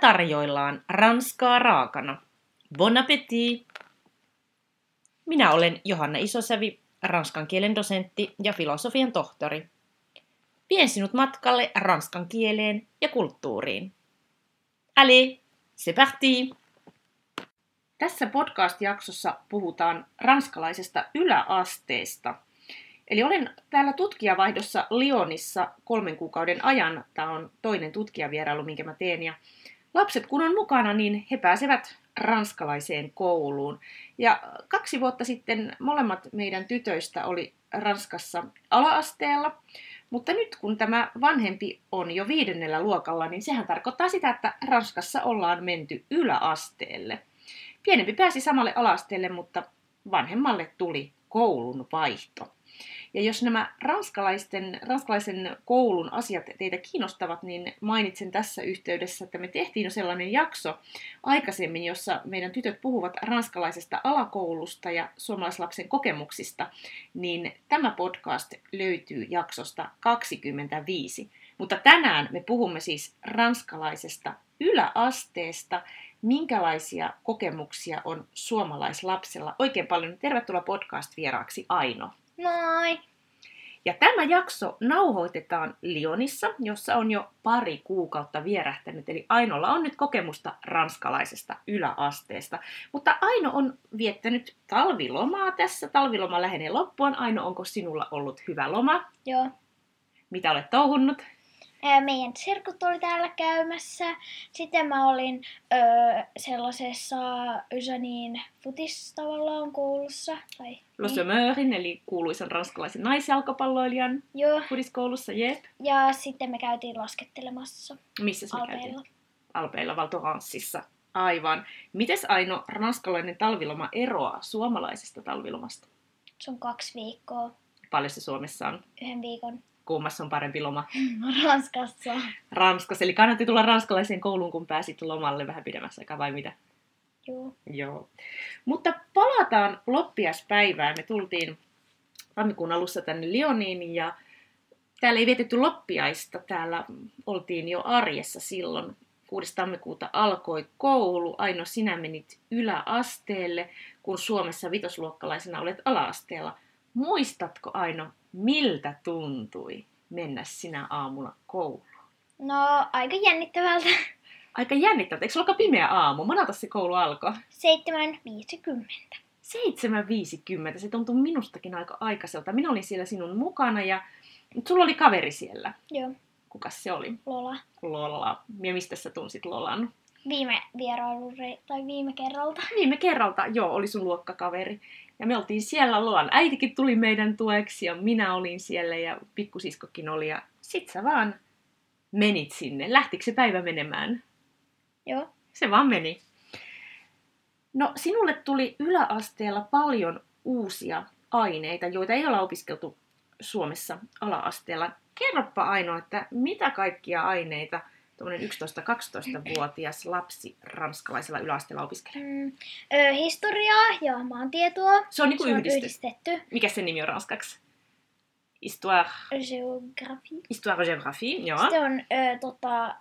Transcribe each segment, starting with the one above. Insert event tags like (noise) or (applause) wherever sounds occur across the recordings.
tarjoillaan ranskaa raakana. Bon appétit! Minä olen Johanna Isosävi, ranskan kielen dosentti ja filosofian tohtori. Vien sinut matkalle ranskan kieleen ja kulttuuriin. Allez, c'est parti! Tässä podcast-jaksossa puhutaan ranskalaisesta yläasteesta. Eli olen täällä tutkijavaihdossa Lyonissa kolmen kuukauden ajan. Tämä on toinen tutkijavierailu, minkä mä teen. Ja lapset kun on mukana, niin he pääsevät ranskalaiseen kouluun. Ja kaksi vuotta sitten molemmat meidän tytöistä oli Ranskassa alaasteella. Mutta nyt kun tämä vanhempi on jo viidennellä luokalla, niin sehän tarkoittaa sitä, että Ranskassa ollaan menty yläasteelle. Pienempi pääsi samalle alasteelle, mutta vanhemmalle tuli koulun vaihto. Ja jos nämä ranskalaisten, ranskalaisen koulun asiat teitä kiinnostavat, niin mainitsen tässä yhteydessä, että me tehtiin jo sellainen jakso aikaisemmin, jossa meidän tytöt puhuvat ranskalaisesta alakoulusta ja suomalaislapsen kokemuksista, niin tämä podcast löytyy jaksosta 25. Mutta tänään me puhumme siis ranskalaisesta yläasteesta, minkälaisia kokemuksia on suomalaislapsella. Oikein paljon tervetuloa podcast-vieraaksi Aino. Moi! Ja tämä jakso nauhoitetaan Lyonissa, jossa on jo pari kuukautta vierähtänyt, eli Ainolla on nyt kokemusta ranskalaisesta yläasteesta. Mutta Aino on viettänyt talvilomaa tässä, talviloma lähenee loppuun. Aino, onko sinulla ollut hyvä loma? Joo. Mitä olet touhunnut? Ää, Meidän sirkut oli täällä käymässä. Sitten mä olin öö, sellaisessa Ysäniin futis tavallaan koulussa. Tai, Le niin. Someurin, eli kuuluisan ranskalaisen naisjalkapalloilijan Joo. kudiskoulussa, jep. Ja sitten me käytiin laskettelemassa Missä me käytiin? alpeilla. Alpeilla Valtoranssissa. Aivan. Mites Aino ranskalainen talviloma eroaa suomalaisesta talvilomasta? Se on kaksi viikkoa, Paljon se Suomessa on? yhden (laughs) viikon Kummassa on parempi loma? Ranskassa. No, Ranskassa. Eli kannatti tulla ranskalaiseen kouluun, kun pääsit lomalle vähän pidemmässä aikaa vai mitä? Joo. Joo. Mutta palataan loppiaspäivään. Me tultiin tammikuun alussa tänne Lioniin ja täällä ei vietetty loppiaista. Täällä oltiin jo arjessa silloin. 6. tammikuuta alkoi koulu. Aino, sinä menit yläasteelle, kun Suomessa vitosluokkalaisena olet alaasteella. Muistatko Aino, miltä tuntui mennä sinä aamuna kouluun? No, aika jännittävältä. Aika jännittävää. Eikö sulla aika pimeä aamu? Monelta se koulu alkoi? 7.50. 7.50. Se tuntui minustakin aika aikaiselta. Minä olin siellä sinun mukana ja mut sulla oli kaveri siellä. Joo, Kuka se oli? Lola. Lolla. Ja mistä sä tunsit Lolan? Viime vierailu tai viime kerralta. Viime kerralta, joo, oli sun luokkakaveri. Ja me oltiin siellä Lolan. Äitikin tuli meidän tueksi ja minä olin siellä ja pikkusiskokin oli. Ja sit sä vaan menit sinne. Lähtikö se päivä menemään? Joo. Se vaan meni. No, sinulle tuli yläasteella paljon uusia aineita, joita ei ole opiskeltu Suomessa ala-asteella. Kerropa Aino, että mitä kaikkia aineita tuommoinen 11-12-vuotias lapsi ranskalaisella yläasteella opiskelee? Mm, ö, historiaa ja maantietoa. Se on niinku Se on yhdistetty. yhdistetty. Mikä se nimi on ranskaksi? Histoire, Geografia. histoire géographie, joo. Sitten on ö, tota,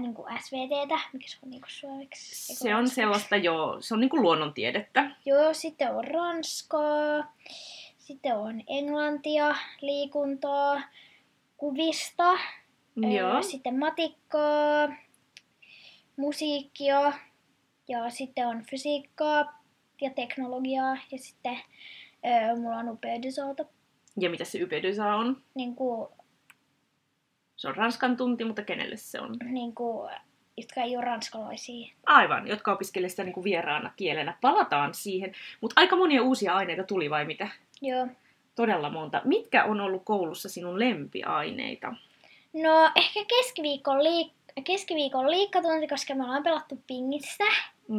niin kuin SVTtä, mikä se on niin kuin suomeksi. Eikö Se on ranskaksi? sellaista, joo, se on niin kuin luonnontiedettä. Joo, sitten on ranskaa, sitten on englantia, liikuntaa, kuvista, ö, Joo. sitten matikkaa, musiikkia ja sitten on fysiikkaa ja teknologiaa ja sitten ö, mulla on upea dysalta, Ja mitä se ypedysa on? niin kuin Se on ranskan tunti, mutta kenelle se on? niin kuin, jotka ei ole ranskalaisia. Aivan, jotka opiskelee sitä niin kuin vieraana kielenä. Palataan siihen. Mutta aika monia uusia aineita tuli vai mitä? Joo. Todella monta. Mitkä on ollut koulussa sinun lempiaineita? No ehkä keskiviikon, liik- keskiviikon liikkatunti, koska me ollaan pelattu pingistä.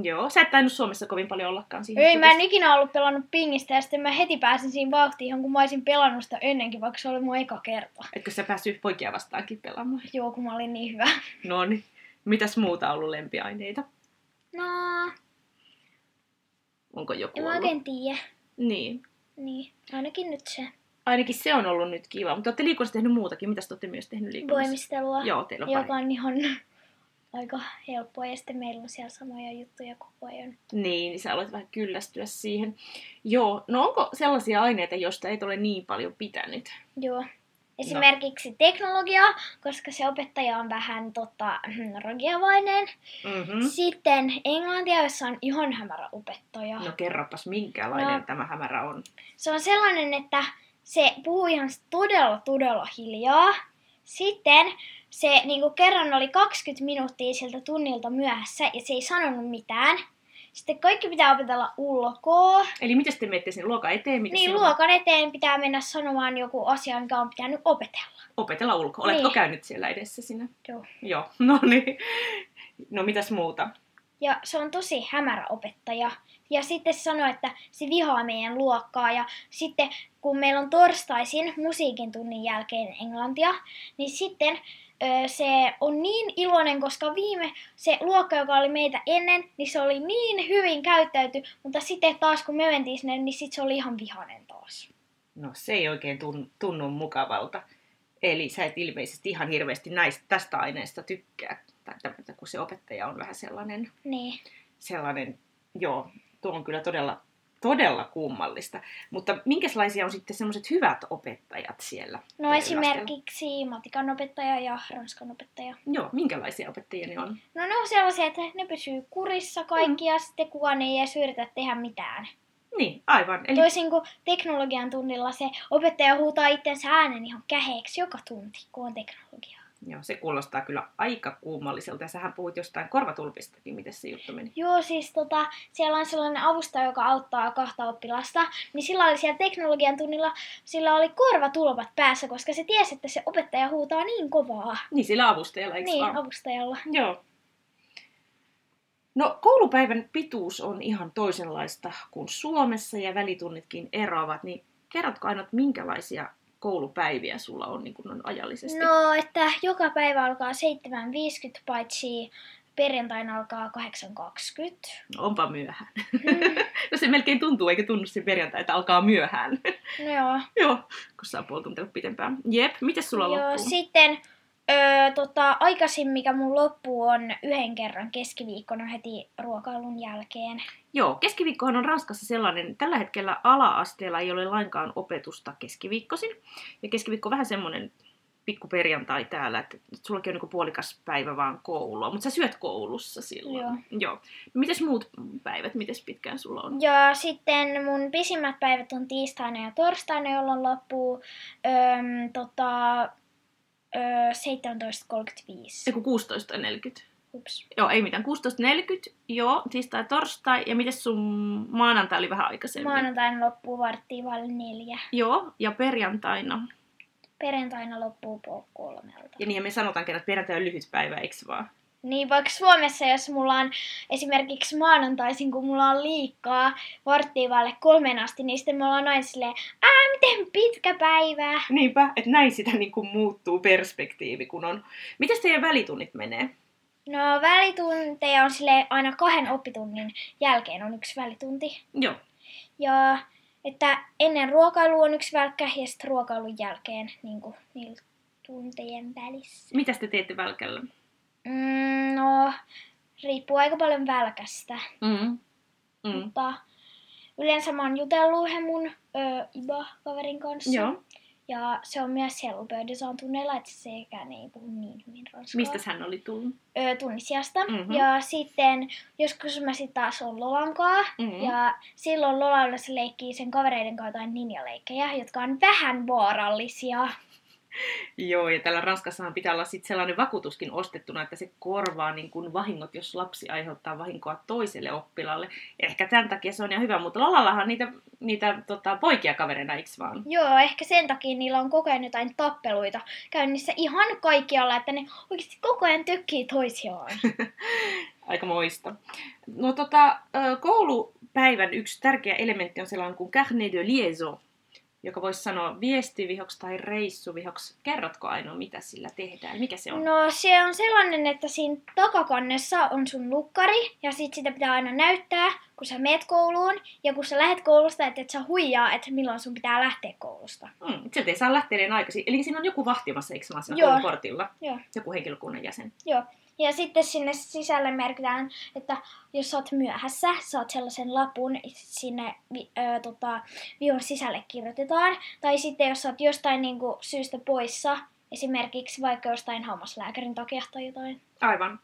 Joo, sä et tainnut Suomessa kovin paljon ollakaan siihen. Ei, mä en tutussa. ikinä ollut pelannut pingistä ja sitten mä heti pääsin siinä vauhtiin ihan kun mä olisin pelannut sitä ennenkin, vaikka se oli mun eka kerta. Etkö sä päässyt poikia vastaankin pelaamaan? Joo, kun mä olin niin hyvä. No niin. Mitäs muuta on ollut lempiaineita? No, Onko joku en mä ollut? oikein tiedä. Niin. Niin, ainakin nyt se Ainakin se on ollut nyt kiva. Mutta te olette liikunnassa tehnyt muutakin. Mitäs te olette myös tehnyt liikunnassa? voimistelua, Joo, teillä on pari. joka on ihan aika helppoa. Ja sitten meillä on siellä samoja juttuja koko ajan. Niin, niin sä aloit vähän kyllästyä siihen. Joo, no onko sellaisia aineita, joista ei ole niin paljon pitänyt? Joo. Esimerkiksi teknologia, koska se opettaja on vähän tota, (clears throat) rogiavainen. Mm-hmm. Sitten englantia, jossa on ihan hämärä opettaja. No kerropas, minkälainen no. No. tämä hämärä on. Se on sellainen, että se puhuu ihan todella, todella hiljaa. Sitten se niin kuin kerran oli 20 minuuttia siltä tunnilta myöhässä ja se ei sanonut mitään. Sitten kaikki pitää opetella ulkoa. Eli miten te menette sinne luokan eteen? Miten Niin luokan eteen pitää mennä sanomaan joku asia, mikä on pitänyt opetella. Opetella ulkoa. Oletko Niin. käynyt siellä edessä sinä? Joo. Joo, (laughs) no niin. No mitäs muuta? Ja se on tosi hämärä opettaja. Ja sitten se sanoi, että se vihaa meidän luokkaa. Ja sitten kun meillä on torstaisin musiikin tunnin jälkeen englantia, niin sitten ö, se on niin iloinen, koska viime se luokka, joka oli meitä ennen, niin se oli niin hyvin käyttäyty, mutta sitten taas kun me mentiin sinne, niin sitten se oli ihan vihainen taas. No se ei oikein tun- tunnu mukavalta. Eli sä et ilmeisesti ihan hirveästi näistä, tästä aineesta tykkää, tai tämmöistä, kun se opettaja on vähän sellainen, Niin, sellainen joo, tuo on kyllä todella, todella kummallista. Mutta minkälaisia on sitten semmoiset hyvät opettajat siellä? no koululaisilla? esimerkiksi matikan opettaja ja ranskan opettaja. Joo, minkälaisia opettajia ne on? No ne on sellaisia, että ne pysyy kurissa kaikki ja sitten kukaan ei edes yritä tehdä mitään. Niin, aivan. Eli Toisin kuin niinku teknologian tunnilla se opettaja huutaa itsensä äänen ihan käheeksi joka tunti, kun on teknologiaa. Joo, se kuulostaa kyllä aika kummalliselta. Ja sähän puhuit jostain korvatulpistakin, miten se juttu meni. Joo, siis tota, siellä on sellainen avustaja, joka auttaa kahta oppilasta, niin sillä oli siellä teknologian tunnilla, sillä oli korvatulpat päässä, koska se tiesi, että se opettaja huutaa niin kovaa. Niin, sillä avustajalla, eikö niin, vaan? avustajalla. Joo. No, koulupäivän pituus on ihan toisenlaista kuin Suomessa ja välitunnitkin eroavat, niin kerrotko aina, että minkälaisia koulupäiviä sulla on, niin kuin on ajallisesti? No, että joka päivä alkaa 7.50, paitsi perjantaina alkaa (laughs) Mm, 8.20. No, Onpa myöhään. no se melkein tuntuu, eikä tunnu se perjantai, että alkaa myöhään. (laughs) No joo. Joo, kun saa puoli tuntia pitempään. Jep, mitäs sulla Joo, loppuu? sitten öö, tota, aikaisin, mikä mun loppu on yhden kerran keskiviikkona heti ruokailun jälkeen. Joo, keskiviikkohan on Ranskassa sellainen, tällä hetkellä ala-asteella ei ole lainkaan opetusta keskiviikkoisin. Ja keskiviikko on vähän semmoinen pikkuperjantai täällä, että sullakin on niinku puolikas päivä vaan koulua, mutta sä syöt koulussa silloin. Joo. Joo. Mites muut päivät, mites pitkään sulla on? Ja sitten mun pisimmät päivät on tiistaina ja torstaina, jolloin loppuu öö, tota, öö, 17.35. Eiku 16.40. Ups. Joo, ei mitään. 16.40, joo, tiistai, torstai. Ja mites sun maanantai oli vähän aikaisemmin? Maanantaina loppuu varttia vaille neljä. Joo, ja perjantaina. Perjantaina loppuu puoli kolmelta. Ja niin, me sanotaan kerran, että perjantai on lyhyt päivä, eiks vaan? Niin vaikka Suomessa, jos mulla on esimerkiksi maanantaisin, kun mulla on liikaa varttiin vaille kolmen asti, niin sitten me ollaan aina silleen, ää, miten pitkä päivä. Niinpä, että näin sitä niin kuin muuttuu perspektiivi, kun on... Mitäs teidän välitunnit menee? No välitunteja on sille aina kahden oppitunnin jälkeen on yksi välitunti. Joo. Ja että ennen ruokailua on yksi välkkä ja sitten ruokailun jälkeen niin kuin, niillä tuntejen välissä. Mitäs te teette välkällä? Mm, no, riippuu aika paljon välkästä. Mm. Mm. Mutta yleensä mä oon jutellut yhden mun ö, Iba-kaverin kanssa. Joo. Ja se on myös siellä upöydessä on tunneilla, että sekään ei puhu niin hyvin ranskaa. Mistä hän oli tullut? Ö, tunnisiasta. Mhm. Ja sitten joskus mä sitten taas on Lolankaa. Mm. Ja silloin Lolalla se leikkii sen kavereiden kanssa jotain ninjaleikkejä, jotka on vähän vaarallisia. Joo, ja täällä Ranskassahan pitää olla sit sellainen vakuutuskin ostettuna, että se korvaa niin kuin vahingot, jos lapsi aiheuttaa vahinkoa toiselle oppilaalle. Ehkä tämän takia se on ihan hyvä, mutta Lolallahan niitä, niitä tota, poikia kavereina, eiks vaan? Joo, ehkä sen takia niillä on koko ajan jotain tappeluita käynnissä ihan kaikkialla, että ne oikeasti koko ajan tökkii toisiaan. Aika moista. No tota, ö, koulupäivän yksi tärkeä elementti on sellainen kuin carnet de liaison, joka voisi sanoa viestivihoksi tai reissuvihoksi. Kerrotko ainoa, mitä sillä tehdään? Mikä se on? No se on sellainen, että siinä takakannessa on sun lukkari ja sit sitä pitää aina näyttää, kun sä meet kouluun ja kun sä lähet koulusta, että et sä huijaa, että milloin sun pitää lähteä koulusta. Mm, sieltä ei saa lähteä niin aikaisin. Eli siinä on joku vahtimassa, eikö vaan siinä Joo. koulun portilla? Joo. Joku henkilökunnan jäsen. Joo. Ja sitten sinne sisälle merkitään, että jos sä oot myöhässä, saat sellaisen lapun sinne vi- ö, tota, vihon sisälle kirjoitetaan. Tai sitten jos sä oot jostain niinku, syystä poissa, esimerkiksi vaikka jostain hammaslääkärin takia tai jotain. Aivan.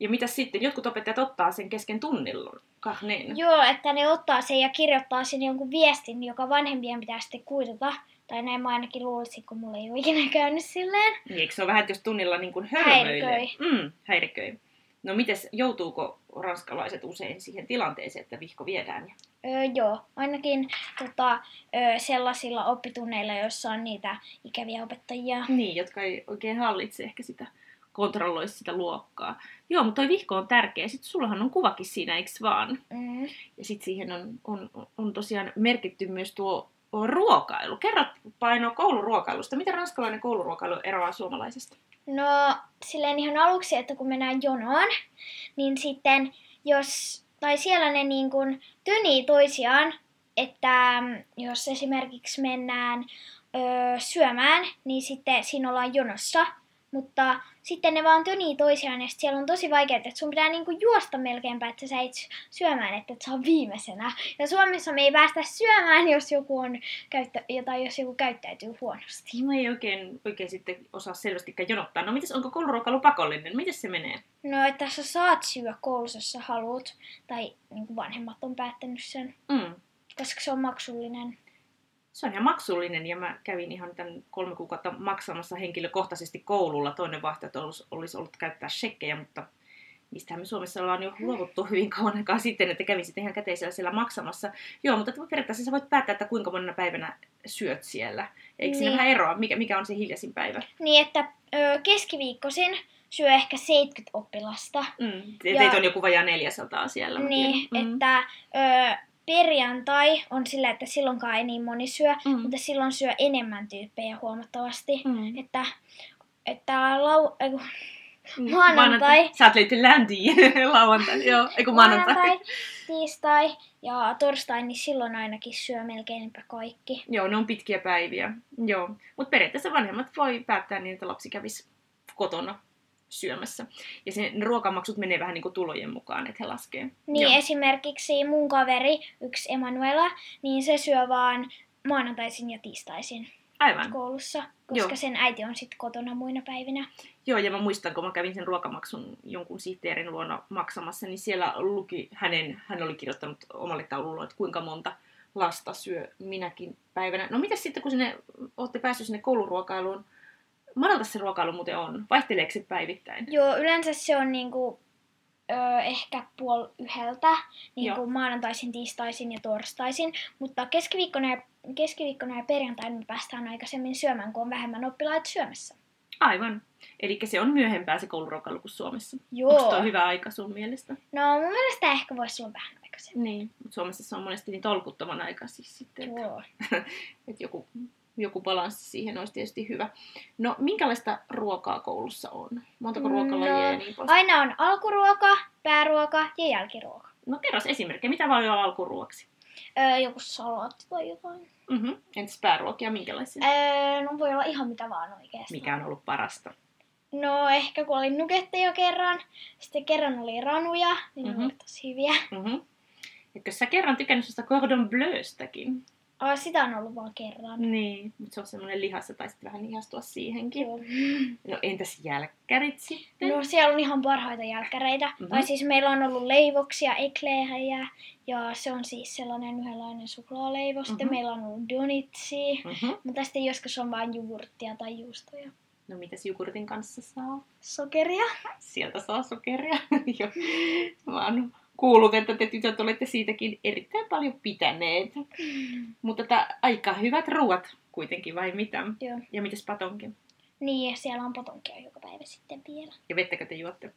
Ja mitä sitten? Jotkut opettajat ottaa sen kesken tunnilla. Kah niin. Joo, että ne ottaa sen ja kirjoittaa sinne jonkun viestin, joka vanhempien pitää sitten kuitata. Tai näin mä ainakin luulisin, kun mulla ei ole ikinä (laughs) käynyt silleen. Niin, Eikö se ole vähän, että jos tunnilla niin kuin hörmöilee? Häiriköi. Mm, häiriköi. No mites, joutuuko ranskalaiset usein siihen tilanteeseen, että vihko viedään? ja- Öö, joo, ainakin tota, öö, sellaisilla oppitunneilla, joissa on niitä ikäviä opettajia. Niin, jotka ei oikein hallitse ehkä sitä, kontrolloi sitä luokkaa. Joo, mutta toi vihko on tärkeä. Sitten sullahan on kuvakin siinä, eiks vaan? Mm. Ja sitten siihen on, on, on tosiaan merkitty myös tuo ruokailu. Kerro paino kouluruokailusta. Miten ranskalainen kouluruokailu eroaa suomalaisesta? No, silleen ihan aluksi, että kun mennään jonoon, niin sitten jos, tai siellä ne niin kuin tynii toisiaan, että mm, jos esimerkiksi mennään öö, syömään, niin sitten siinä ollaan jonossa. Mutta sitten ne vaan tönii toisiaan ja sit siellä on tosi vaikeaa, että sun pitää niinku juosta melkeinpä, että sä et syömään, että et sä on viimeisenä. Ja Suomessa me ei päästä syömään, jos joku, on käyttä- jotain, jos joku käyttäytyy huonosti. Mä ei oikein, oikein sitten osaa selvästikään jonottaa. No mitäs, onko kouluruokailu pakollinen? Miten se menee? No, että sä saat syödä koulussa, jos sä haluat. Tai niin kuin vanhemmat on päättänyt sen, Mm. koska se on maksullinen. Se on ihan maksullinen ja mä kävin ihan tämän kolme kuukautta maksamassa henkilökohtaisesti koululla. Toinen vaihtoehto olisi, olisi ollut käyttää shekkejä, mutta niistähän me Suomessa ollaan jo luovuttu hyvin kauan aikaa sitten, että kävin sitten ihan käteisellä siellä maksamassa. Joo, mutta periaatteessa sä voit päättää, että kuinka monena päivänä syöt siellä. Eikö siinä Niin. vähän eroa, mikä, mikä on se hiljaisin päivä? Niin, että ö, keskiviikkoisin syö ehkä 70 oppilasta. Mm. Ja- Ja... Teitä on joku vajaa 400 siellä. mä Niin, tiedän. Mm. että ö, perjantai on sillä, että silloinkaan ei niin moni syö, Mm. mutta silloin syö enemmän tyyppejä huomattavasti. Mm. Että, että lau... ei kun- Mm. maanantai. Sä oot liitty läntiin (laughs) lauantai. Joo, ei kun maanantai. tiistai ja torstai, niin silloin ainakin syö melkeinpä kaikki. Joo, ne on pitkiä päiviä. Joo. Mutta periaatteessa vanhemmat voi päättää niin, että lapsi kävisi kotona syömässä. Ja sen ne ruokamaksut menee vähän niin kuin tulojen mukaan, että he laskee. Niin Joo. esimerkiksi mun kaveri, yksi Emanuela, niin se syö vaan maanantaisin ja tiistaisin Aivan. koulussa, koska Mm. Joo. sen äiti on sitten kotona muina päivinä. Joo, ja mä muistan, kun mä kävin sen ruokamaksun jonkun sihteerin luona maksamassa, niin siellä luki hänen, hän oli kirjoittanut omalle taululle, että kuinka monta lasta syö minäkin päivänä. No mitä sitten, kun sinne, olette päässyt sinne kouluruokailuun, monelta se ruokailu muuten on? Vaihteleeko se päivittäin? Joo, yleensä se on niinku, ö, ehkä puoli yhdeltä, niinku Joo. maanantaisin, tiistaisin ja torstaisin, mutta keskiviikkona ja, keskiviikkona ja perjantaina me päästään aikaisemmin syömään, kun on vähemmän oppilaita syömässä. Aivan. Eli se on myöhempää se kouluruokailu kuin Suomessa. Joo. Onko toi hyvä aika sun mielestä? No mun mielestä ehkä voisi olla vähän aikaisemmin. Niin. Mut Suomessa se on monesti niin tolkuttoman aika siis sitten, että, Joo. että joku, joku balanssi siihen olisi tietysti hyvä. No, minkälaista ruokaa koulussa on? Montako No, ruokalajia ja niin pois? Aina on alkuruoka, pääruoka ja jälkiruoka. No kerros esimerkkejä, mitä voi olla alkuruoksi? Öö, joku salaatti tai jotain. Mm-hmm. Entäs pääruokia, minkälaisia? Öö, no voi olla ihan mitä vaan oikeesti. Mikä on ollut parasta? No ehkä kun oli nukette jo kerran, sitten kerran oli ranuja, niin mm-hmm. Mhm. ne oli tosi hyviä. Mm-hmm. Etkö sä kerran tykännyt sitä cordon bleustäkin? Oh, sitä on ollut vaan kerran. Niin. Mutta se on semmoinen lihas, sä taisit vähän ihastua siihenkin. Joo. No entäs jälkkärit sitten? No siellä on ihan parhaita jälkkäreitä. Mm-hmm. Mhm. Tai siis meillä on ollut leivoksia, eklehejä, ja se on siis sellainen yhdenlainen suklaaleivo. Sitten Mhm. mm-hmm. meillä on ollut donitsi, Mm-hmm. mutta sitten joskus on vain jogurttia tai juustoja. No mitäs jogurtin kanssa saa? Sokeria. Sieltä saa sokeria. (laughs) Joo. Mä oon kuullut, että te tytöt olette siitäkin erittäin paljon pitäneet. Mutta tää, aika hyvät ruuat kuitenkin, vai mitä? Joo. Ja mitäs patonkin? Niin, ja siellä on patonkia joka päivä sitten vielä. Ja vettäkö te juotte?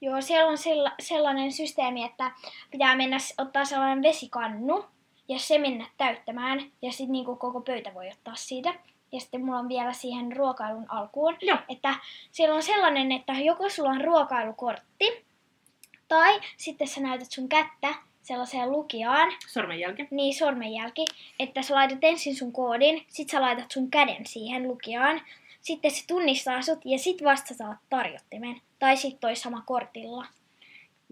Joo, siellä on sella- sellainen systeemi, että pitää mennä s- ottaa sellainen vesikannu ja se mennä täyttämään. Ja sitten niinku koko pöytä voi ottaa siitä. Ja sitten mulla on vielä siihen ruokailun alkuun, Joo. että siellä on sellainen, että joko sulla on ruokailukortti, tai sitten sä näytät sun kättä, sä sellaiseen lukioon, Sormenjälki. niin sormenjälki, että sä laitat ensin sun koodin, sit sä laitat sun käden siihen lukioon, sitten se tunnistaa sut ja sit vasta saat tarjottimen. Tai sit toi sama kortilla.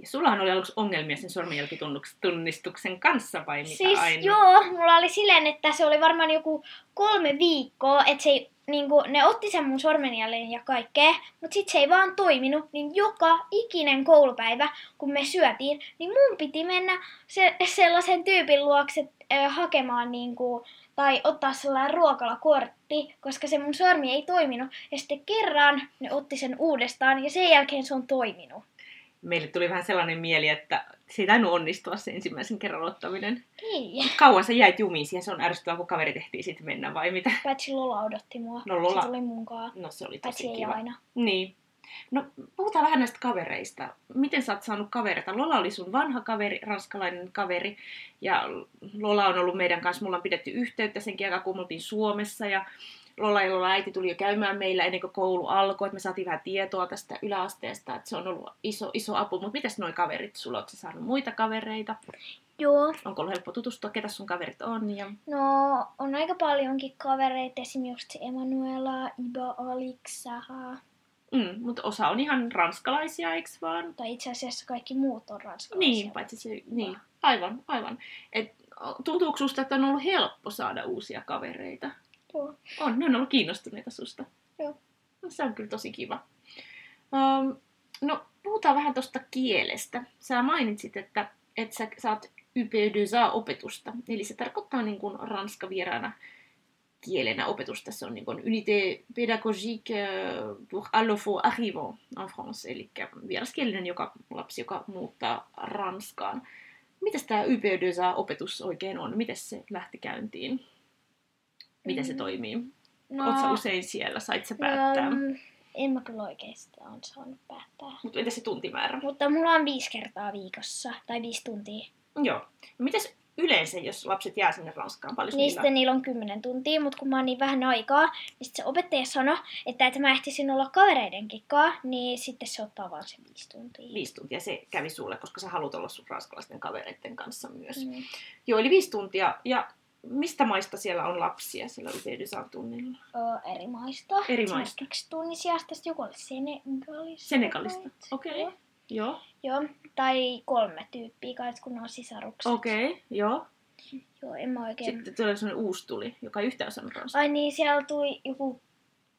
Ja sullahan oli aluksi ongelmia sen sormenjälkitunnistuksen kanssa vai mitä siis aina? joo, mulla oli silleen, että se oli varmaan joku kolme viikkoa, että se ei, niin kuin, ne otti sen mun sormenjäljen ja kaikkea, mutta sit se ei vaan toiminut, niin joka ikinen koulupäivä, kun me syötiin, niin mun piti mennä se, sellaisen tyypin luokse ö, hakemaan niin kuin, tai ottaa sellainen ruokalakortti, koska se mun sormi ei toiminut. Ja sitten kerran ne otti sen uudestaan ja sen jälkeen se on toiminut. Meille tuli vähän sellainen mieli, että se ei tainnut onnistua se ensimmäisen kerran ottaminen. Ei, Kauan sä jäit jumiin siihen, se on ärsyttävää, kun kaveri tehtiin sitten mennä vai mitä? paitsi Lola odotti mua. No Lola- Se tuli munkaan. No se oli tosi Paitsi ei kiva. aina. Niin. No, puhutaan vähän näistä kavereista. Miten sä oot saanut kavereita? Lola oli sun vanha kaveri, ranskalainen kaveri. Ja Lola on ollut meidän kanssa, mulla on pidetty yhteyttä senkin aikaa, kun me oltiin Suomessa. Ja Lola ja Lola äiti tuli jo käymään meillä ennen kuin koulu alkoi, että me saatiin vähän tietoa tästä yläasteesta, että se on ollut iso, iso apu. Mutta mitäs noi kaverit? Sulla ootko sä saanut muita kavereita? Joo, Onko ollut helppo tutustua, ketä sun kaverit on? Ja... no on aika paljonkin kavereita, esimerkiksi Emanuela, Iba, Alix, Saha, Mm, mutta osa on ihan ranskalaisia, eiks vaan? tai itse asiassa kaikki muut on ranskalaisia. Niin, paitsi se, niin, aivan, aivan. Et, o, tuntuuko susta, että on ollut helppo saada uusia kavereita? Joo. On, ne on ollut kiinnostuneita susta. Joo. No, se on kyllä tosi kiva. Um, no, puhutaan vähän tuosta kielestä. Sä mainitsit, että, että sä saat ypeydysaa opetusta. Eli se tarkoittaa niin kuin ranska vieraana kielenä opetusta. Se on niin kuin unité pédagogique euh, pour allofo arrivant en France. Eli vieraskielinen joka, lapsi, joka muuttaa Ranskaan. Mitäs tämä ypeydysaa opetus oikein on? Miten se lähti käyntiin? Miten se Mm. toimii? no, No. Oletko sä usein siellä? Sait sä päättää? no, No. mm, en mä kyllä oikeastaan saanut päättää. Mutta entäs se tuntimäärä? Mutta mulla on viisi kertaa viikossa, tai viisi tuntia. Joo. No mitäs yleensä, jos lapset jää sinne Ranskaan? Paljon Niin niillä... sitten niillä on kymmenen tuntia, mutta kun mä oon niin vähän aikaa, niin sitten se opettaja sanoi, että että mä ehtisin olla kavereidenkin kanssa, niin sitten se ottaa vaan sen viisi tuntia. Viisi tuntia se kävi sulle, koska sä haluat olla sun ranskalaisten kavereiden kanssa myös. Mm. Mm. Joo, eli viisi tuntia. Ja mistä maista siellä on lapsia siellä Ypeydysan tunnilla? Ö, eri maista. Eri maista. Esimerkiksi Tunisiasta, sitten joku oli Senegalista. Senegalista. kai. Okei. Joo. Joo. Joo, tai kolme tyyppiä kai, kun ne on sisarukset. Okei, okay, joo. Joo, en mä oikein... Sitten tulee sellainen uusi tuli, joka ei yhtään osannut ranskaa. Ai niin, siellä tuli joku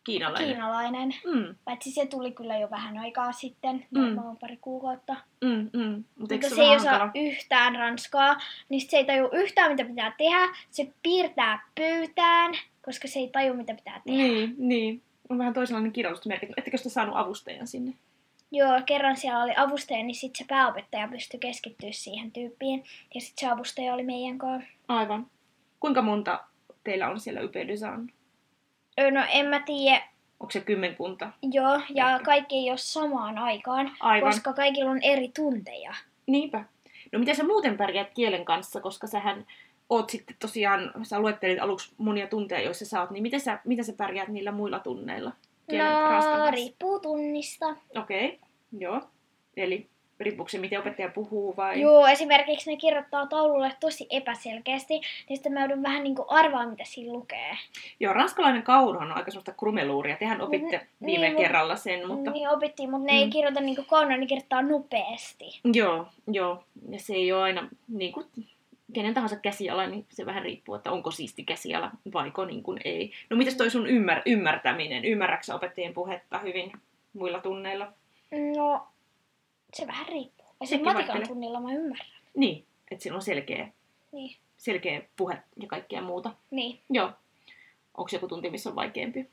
Kiinalainen. kiinalainen. Mm, Paitsi se tuli kyllä jo vähän aikaa sitten, Mm. varmaan pari kuukautta. mm, mm. Mut eikö Mutta se se ei ole osaa hankala? yhtään ranskaa, niin sit se ei taju yhtään mitä pitää tehdä. Se piirtää pöytään, koska se ei taju mitä pitää tehdä. Niin, niin. On vähän toisenlainen kirjoitusmerkitys. Ettekö sitä saanut avustajan sinne? Joo, kerran siellä oli avustaja, niin sitten se pääopettaja pystyi keskittyä siihen tyyppiin. Ja sitten se avustaja oli meidän kanssa. Aivan. Kuinka monta teillä on siellä Ypeydysaan? Ö, No en mä tiedä, Onko se kymmenkunta? joo, ja kaikki ei ole samaan aikaan, Aivan. koska kaikilla on eri tunteja. Niinpä. No miten sä muuten pärjäät kielen kanssa, koska sähän oot sitten tosiaan, sä luettelit aluksi monia tunteja, joissa sä oot, niin miten sä, miten sä pärjäät niillä muilla tunneilla? No, riippuu tunnista. Okei, okay. joo. Eli riippuuko se, miten opettaja puhuu vai? Joo, esimerkiksi ne kirjoittaa taululle tosi epäselkeästi, niin sitten mä joudun vähän niinku arvaa, mitä siinä lukee. joo ranskalainen kaunohan on aika semmoista krumeluuria. Tehän opitte Mm, viime niin, mut- kerralla sen, mutta... Niin opittiin, mutta ne ei Mm. kirjoita niinku kaunaa, ne kirjoittaa nopeasti. Joo, joo. Ja se ei ole aina, niin kuin kenen tahansa käsiala, niin se vähän riippuu, että onko siisti käsiala vaiko niin kuin ei. No mitäs toi sun ymmär- ymmärtäminen? Ymmärräksä opettajien puhetta hyvin muilla tunneilla? No, se vähän riippuu. Sekin Esimerkiksi matikan vaihtelee. tunnilla mä ymmärrän. Niin, että sillä on selkeä, Niin, selkeä puhe ja kaikkea muuta. niin. Joo. Onko joku tunti, missä on vaikeampi?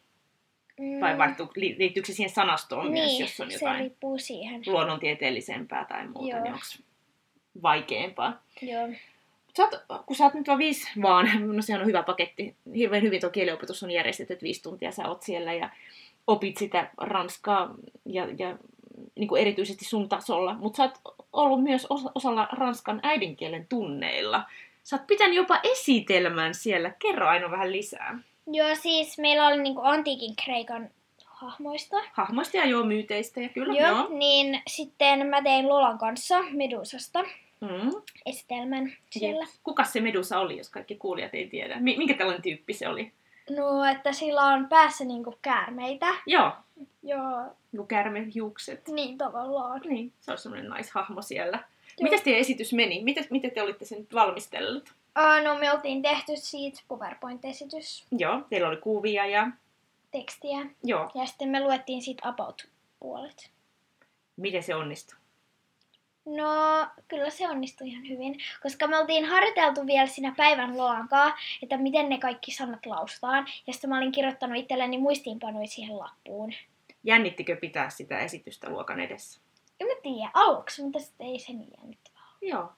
Mm, Vai vaihtuu, li- liittyykö se siihen sanastoon myös, niin, jos on se jotain riippuu siihen. luonnontieteellisempää tai muuta, Joo. niin onko vaikeampaa? Joo. Sä oot, kun sä oot nyt vaan viisi vaan, (laughs) no sehän on hyvä paketti. Hirveän hyvin tuo kieliopetus on järjestetty, että viisi tuntia sä oot siellä ja opit sitä ranskaa ja, ja niin kuin erityisesti sun tasolla. Mutta sä oot ollut myös os- osalla ranskan äidinkielen tunneilla. Sä oot pitänyt jopa esitelmän siellä. Kerro aina vähän lisää. Joo, siis meillä oli niinku antiikin kreikan hahmoista. Hahmoista ja Mm, joo myyteistä ja kyllä joo. Joo, niin sitten mä tein Lolan kanssa Medusasta. Mm. esitelmän siellä. Kuka se Medusa oli, jos kaikki kuulijat ei tiedä? Mi- Minkä tällainen tyyppi se oli? No, että sillä on päässä niinku käärmeitä. Joo, Joo, joku kärmehiukset. niin tavallaan. Niin, se on semmoinen naishahmo siellä. Joo. Joo. Mitäs teidän esitys meni? Miten, miten te olitte sen nyt valmistellut? Ää, no, me oltiin tehty siitä PowerPoint-esitys Joo, teillä oli kuvia ja... tekstiä. Joo, Ja sitten me luettiin siitä about puolet. miten se onnistui? No, kyllä se onnistui ihan hyvin, koska me oltiin harjoiteltu vielä siinä päivän loankaa, että miten ne kaikki sanat lausutaan. Ja sitten mä olin kirjoittanut itselleni muistiinpanoja siihen lappuun. Jännittikö pitää sitä esitystä luokan edessä? En mä tiedä aluksi, mutta sitten ei se niin jännittävää. Joo.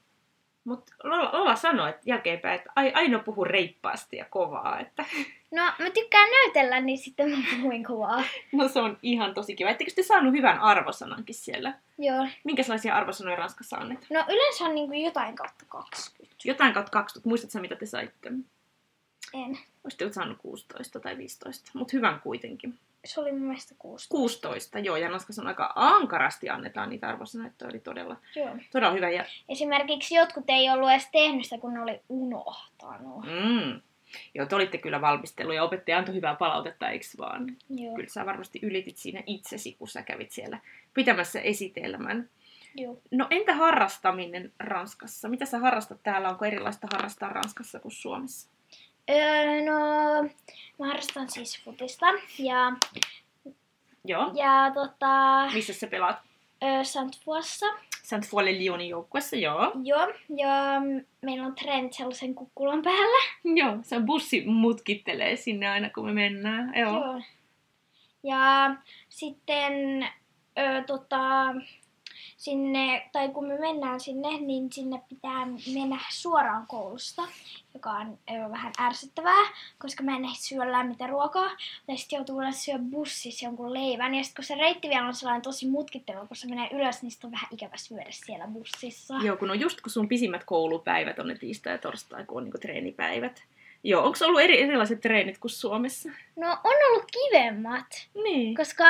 Mutta Lola, Lola sanoi että jälkeenpäin, että ai- aina puhu reippaasti ja kovaa. Että... (laughs) No, mä tykkään näytellä, niin sitten mä puhuin kovaa. No se on ihan tosi kiva. Ettekö te saanut hyvän arvosanankin siellä? (laughs) Joo. Minkälaisia arvosanoja Ranskassa annetaan? No, yleensä on niin kuin jotain kautta 20. Jotain kautta 20. Muistatko mitä te saitte? En. Olisitte saanut 16 tai 15, mutta hyvän kuitenkin. Se oli mun mielestä 6. 16, joo, ja Ranskassa on aika ankarasti annetaan niitä arvosanoja, että oli todella, Joo. todella hyvä. Ja, Esimerkiksi jotkut ei ollut edes tehnyt sitä, kun ne oli unohtanut. mm, joo, te olitte kyllä valmistellut ja opettaja antoi hyvää palautetta, eikö vaan? Joo. Kyllä sä varmasti ylitit siinä itsesi, kun sä kävit siellä pitämässä esitelmän. Joo. No entä harrastaminen Ranskassa? Mitä sä harrastat täällä? Onko erilaista harrastaa Ranskassa kuin Suomessa? Öö, no, mä harrastan siis futista ja, Joo. ja tota, Missä sä pelaat? öö, Santfuassa. saint foy Lyonin joukkueessa, joo. Joo, ja mm, meillä on trend sellaisen kukkulan päällä. Joo, se bussi mutkittelee sinne aina, kun me mennään. Joo. Ja sitten öö, tota, sinne, tai kun me mennään sinne, niin sinne pitää mennä suoraan koulusta, joka on öö, vähän ärsyttävää, koska mä en ehdi syödä lämmintä ruokaa. Tai sitten joutuu olla syö bussissa jonkun leivän. Ja sitten kun se reitti vielä on sellainen tosi mutkittava, kun se menee ylös, niin sit on vähän ikävä syödä siellä bussissa. Joo, kun on just kun sun pisimmät koulupäivät on ne tiistai ja torstai, kun on niinku treenipäivät. Joo, onko ollut eri, erilaiset treenit kuin Suomessa? No on ollut kivemmat. Niin. koska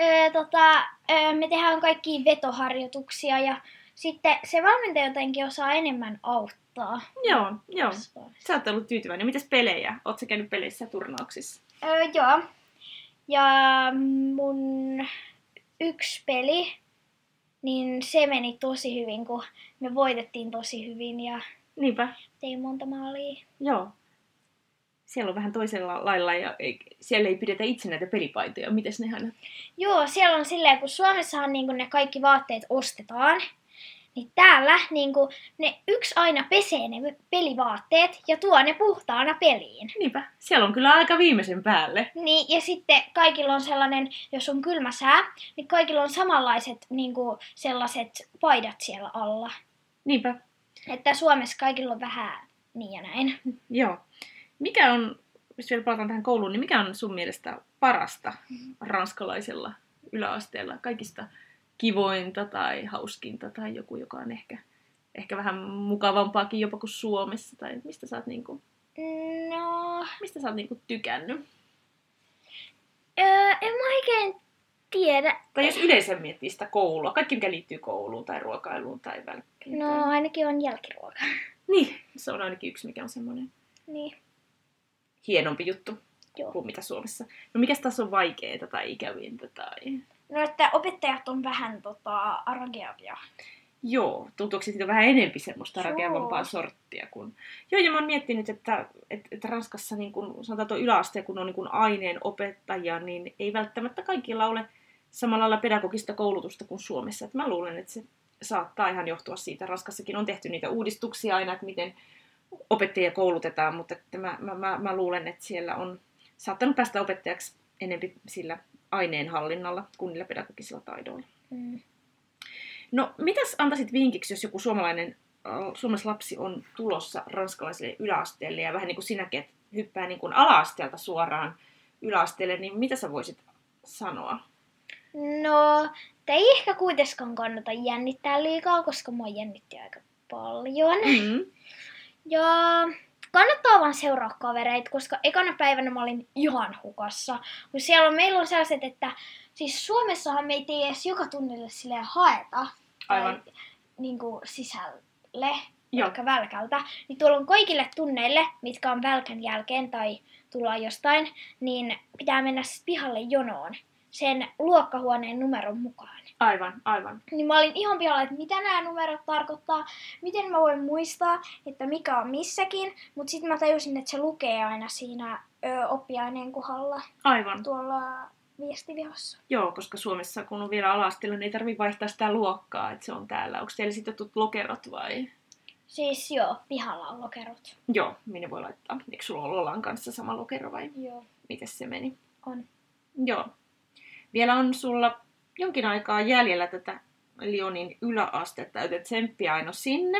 ö, tota, ö, me tehdään kaikki vetoharjoituksia ja sitten se valmentaja jotenkin osaa enemmän auttaa. Joo, joo. Sä oot ollut tyytyväinen. Mitäs pelejä? Oot sä käynyt peleissä ja turnauksissa? Öö, joo. Ja mun yksi peli, niin se meni tosi hyvin, kun me voitettiin tosi hyvin ja Niinpä, tein monta maalia. joo. Siellä on vähän toisella lailla ja ei, siellä ei pidetä itse näitä pelipaitoja. Mites ne aina? Joo, siellä on silleen, kun Suomessahan niin ne kaikki vaatteet ostetaan, niin täällä niin ne yksi aina pesee ne pelivaatteet ja tuo ne puhtaana peliin. Niinpä, siellä on kyllä aika viimeisen päälle. Niin, ja sitten kaikilla on sellainen, jos on kylmä sää, niin kaikilla on samanlaiset niin kuin sellaiset paidat siellä alla. Niinpä, Että Suomessa kaikilla on vähän niin ja näin. joo. Mikä on, jos vielä palataan tähän kouluun, niin mikä on sun mielestä parasta ranskalaisella yläasteella? Kaikista kivointa tai hauskinta tai joku, joka on ehkä, ehkä vähän mukavampaakin jopa kuin Suomessa? Tai mistä sä oot, niinku, No, mistä sä oot niinku tykännyt? öö, en mä oikein tiedä. Tai jos yleensä miettii sitä koulua, kaikki mikä liittyy kouluun tai ruokailuun tai välkkiin. No, Tai... ainakin on jälkiruoka. Niin, se on ainakin yksi, mikä on semmoinen Niin, hienompi juttu joo. kuin mitä Suomessa. No mikä taas on vaikeeta tai ikävintä tai... No, että opettajat on vähän tota, argeavia. Joo, tuntuuko se siitä vähän enempi semmoista Joo. rakeavampaa sorttia kuin... Joo, ja mä oon miettinyt, että, että, että Ranskassa niin kun, sanotaan tuo yläaste, kun on niin kun aineen opettaja, niin ei välttämättä kaikilla ole samalla lailla pedagogista koulutusta kuin Suomessa. Et mä luulen, että se saattaa ihan johtua siitä. Ranskassakin on tehty niitä uudistuksia aina, että miten opettajia koulutetaan, mutta että mä, mä, mä, mä luulen, että siellä on saattanut päästä opettajaksi enempi sillä aineenhallinnalla kuin niillä pedagogisilla taidoilla. Mm. No, mitäs antaisit vinkiksi, jos joku suomalainen, äh, suomalaislapsi on tulossa ranskalaiselle yläasteelle ja vähän niin kuin sinäkin, että hyppää niin kuin ala-asteelta suoraan yläasteelle, niin mitä sä voisit sanoa? No, te ei ehkä kuitenkaan kannata jännittää liikaa, koska mua jännitti aika paljon. Mm. Ja kannattaa vaan seuraa kavereita, koska ekana päivänä mä olin ihan hukassa. Kun siellä on, meillä on sellaiset, että siis Suomessahan me ei edes joka tunnille silleen haeta. Aivan. Niin kuin sisäl, välille, Joo. vaikka välkältä, niin tuolla on kaikille tunneille, mitkä on välkän jälkeen tai tullaan jostain, niin pitää mennä s- pihalle jonoon sen luokkahuoneen numeron mukaan. Aivan, aivan. Niin mä olin ihan pihalla, että mitä nämä numerot tarkoittaa, miten mä voin muistaa, että mikä on missäkin, mutta sitten mä tajusin, että se lukee aina siinä ö, oppiaineen kohdalla Aivan. tuolla viestivihossa. Joo, koska Suomessa kun on vielä alastilla, niin ei tarvitse vaihtaa sitä luokkaa, että se on täällä. Onko teillä sitten jotkut lokerot vai? Siis joo, pihalla on lokerot. Joo, minne voi laittaa. Eikö sulla ollut Lolan kanssa sama lokero vai Joo, miten se meni? on. Joo. Vielä on sulla jonkin aikaa jäljellä tätä Lionin yläastetta, joten tsemppiä aina sinne.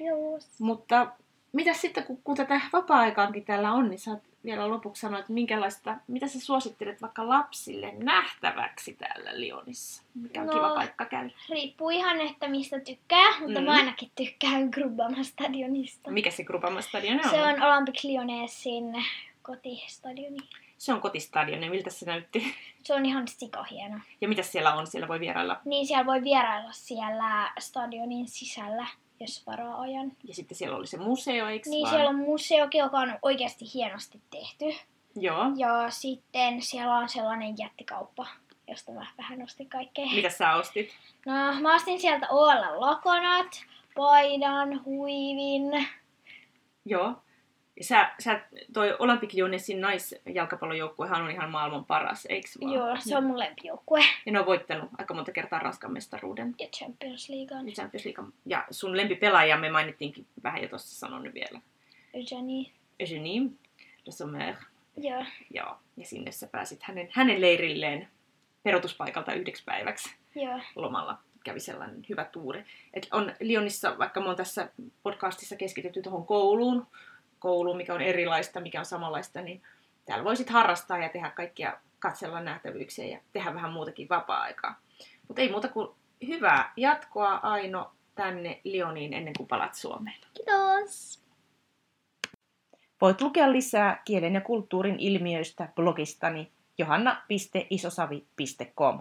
Joo. Mutta mitä sitten, kun, kun tätä vapaa-aikaankin täällä on, niin saat vielä lopuksi sanoa, että minkälaista, mitä sä suosittelet vaikka lapsille nähtäväksi täällä Lionissa? Mikä on no. No. kiva paikka käydä? Riippuu ihan, että mistä tykkää, mutta Mm. mä ainakin tykkään Grubbama stadionista. Mikä se Grupama stadion on? Se on Olympic Lyonnesin kotistadioni. se on kotistadion, ja miltä se näytti? Se on ihan sikahieno. Ja mitä siellä on? Siellä voi vierailla. Niin siellä voi vierailla siellä stadionin sisällä, jos varaa ajan. Ja sitten siellä oli se museo, eikö Niin vaan? siellä on museokin, joka on oikeasti hienosti tehty. Joo. Ja sitten siellä on sellainen jättikauppa, josta mä vähän ostin kaikkea. Mitä sä ostit? No, mä ostin sieltä olla lokonat, paidan, huivin. Joo. Ja sä, sä toi Olympic Jonesin naisjalkapallojoukkuehan on ihan maailman paras, eikö vaan? Joo, se on mun lempijoukkue. Ja ne on voittanut aika monta kertaa Ranskan mestaruuden. Ja Champions League on Nyt Champions League. Ja sun lempipelaaja me mainittiinkin vähän jo tuossa sanon nyt vielä. Eugenie. Eugenie Le Sommer. Joo, Joo. Ja sinne sä pääsit hänen, hänen leirilleen perotuspaikalta yhdeksi päiväksi joo. lomalla. Kävi sellainen hyvä tuuri. Et on Lionissa, vaikka me on tässä podcastissa keskitytty tuohon kouluun, kouluun, mikä on erilaista, mikä on samanlaista, niin täällä voisit harrastaa ja tehdä kaikkia, katsella nähtävyyksiä ja tehdä vähän muutakin vapaa-aikaa. Mutta ei muuta kuin hyvää jatkoa Aino tänne Lioniin ennen kuin palat Suomeen. Kiitos! Voit lukea lisää kielen ja kulttuurin ilmiöistä blogistani johanna.isosavi.com.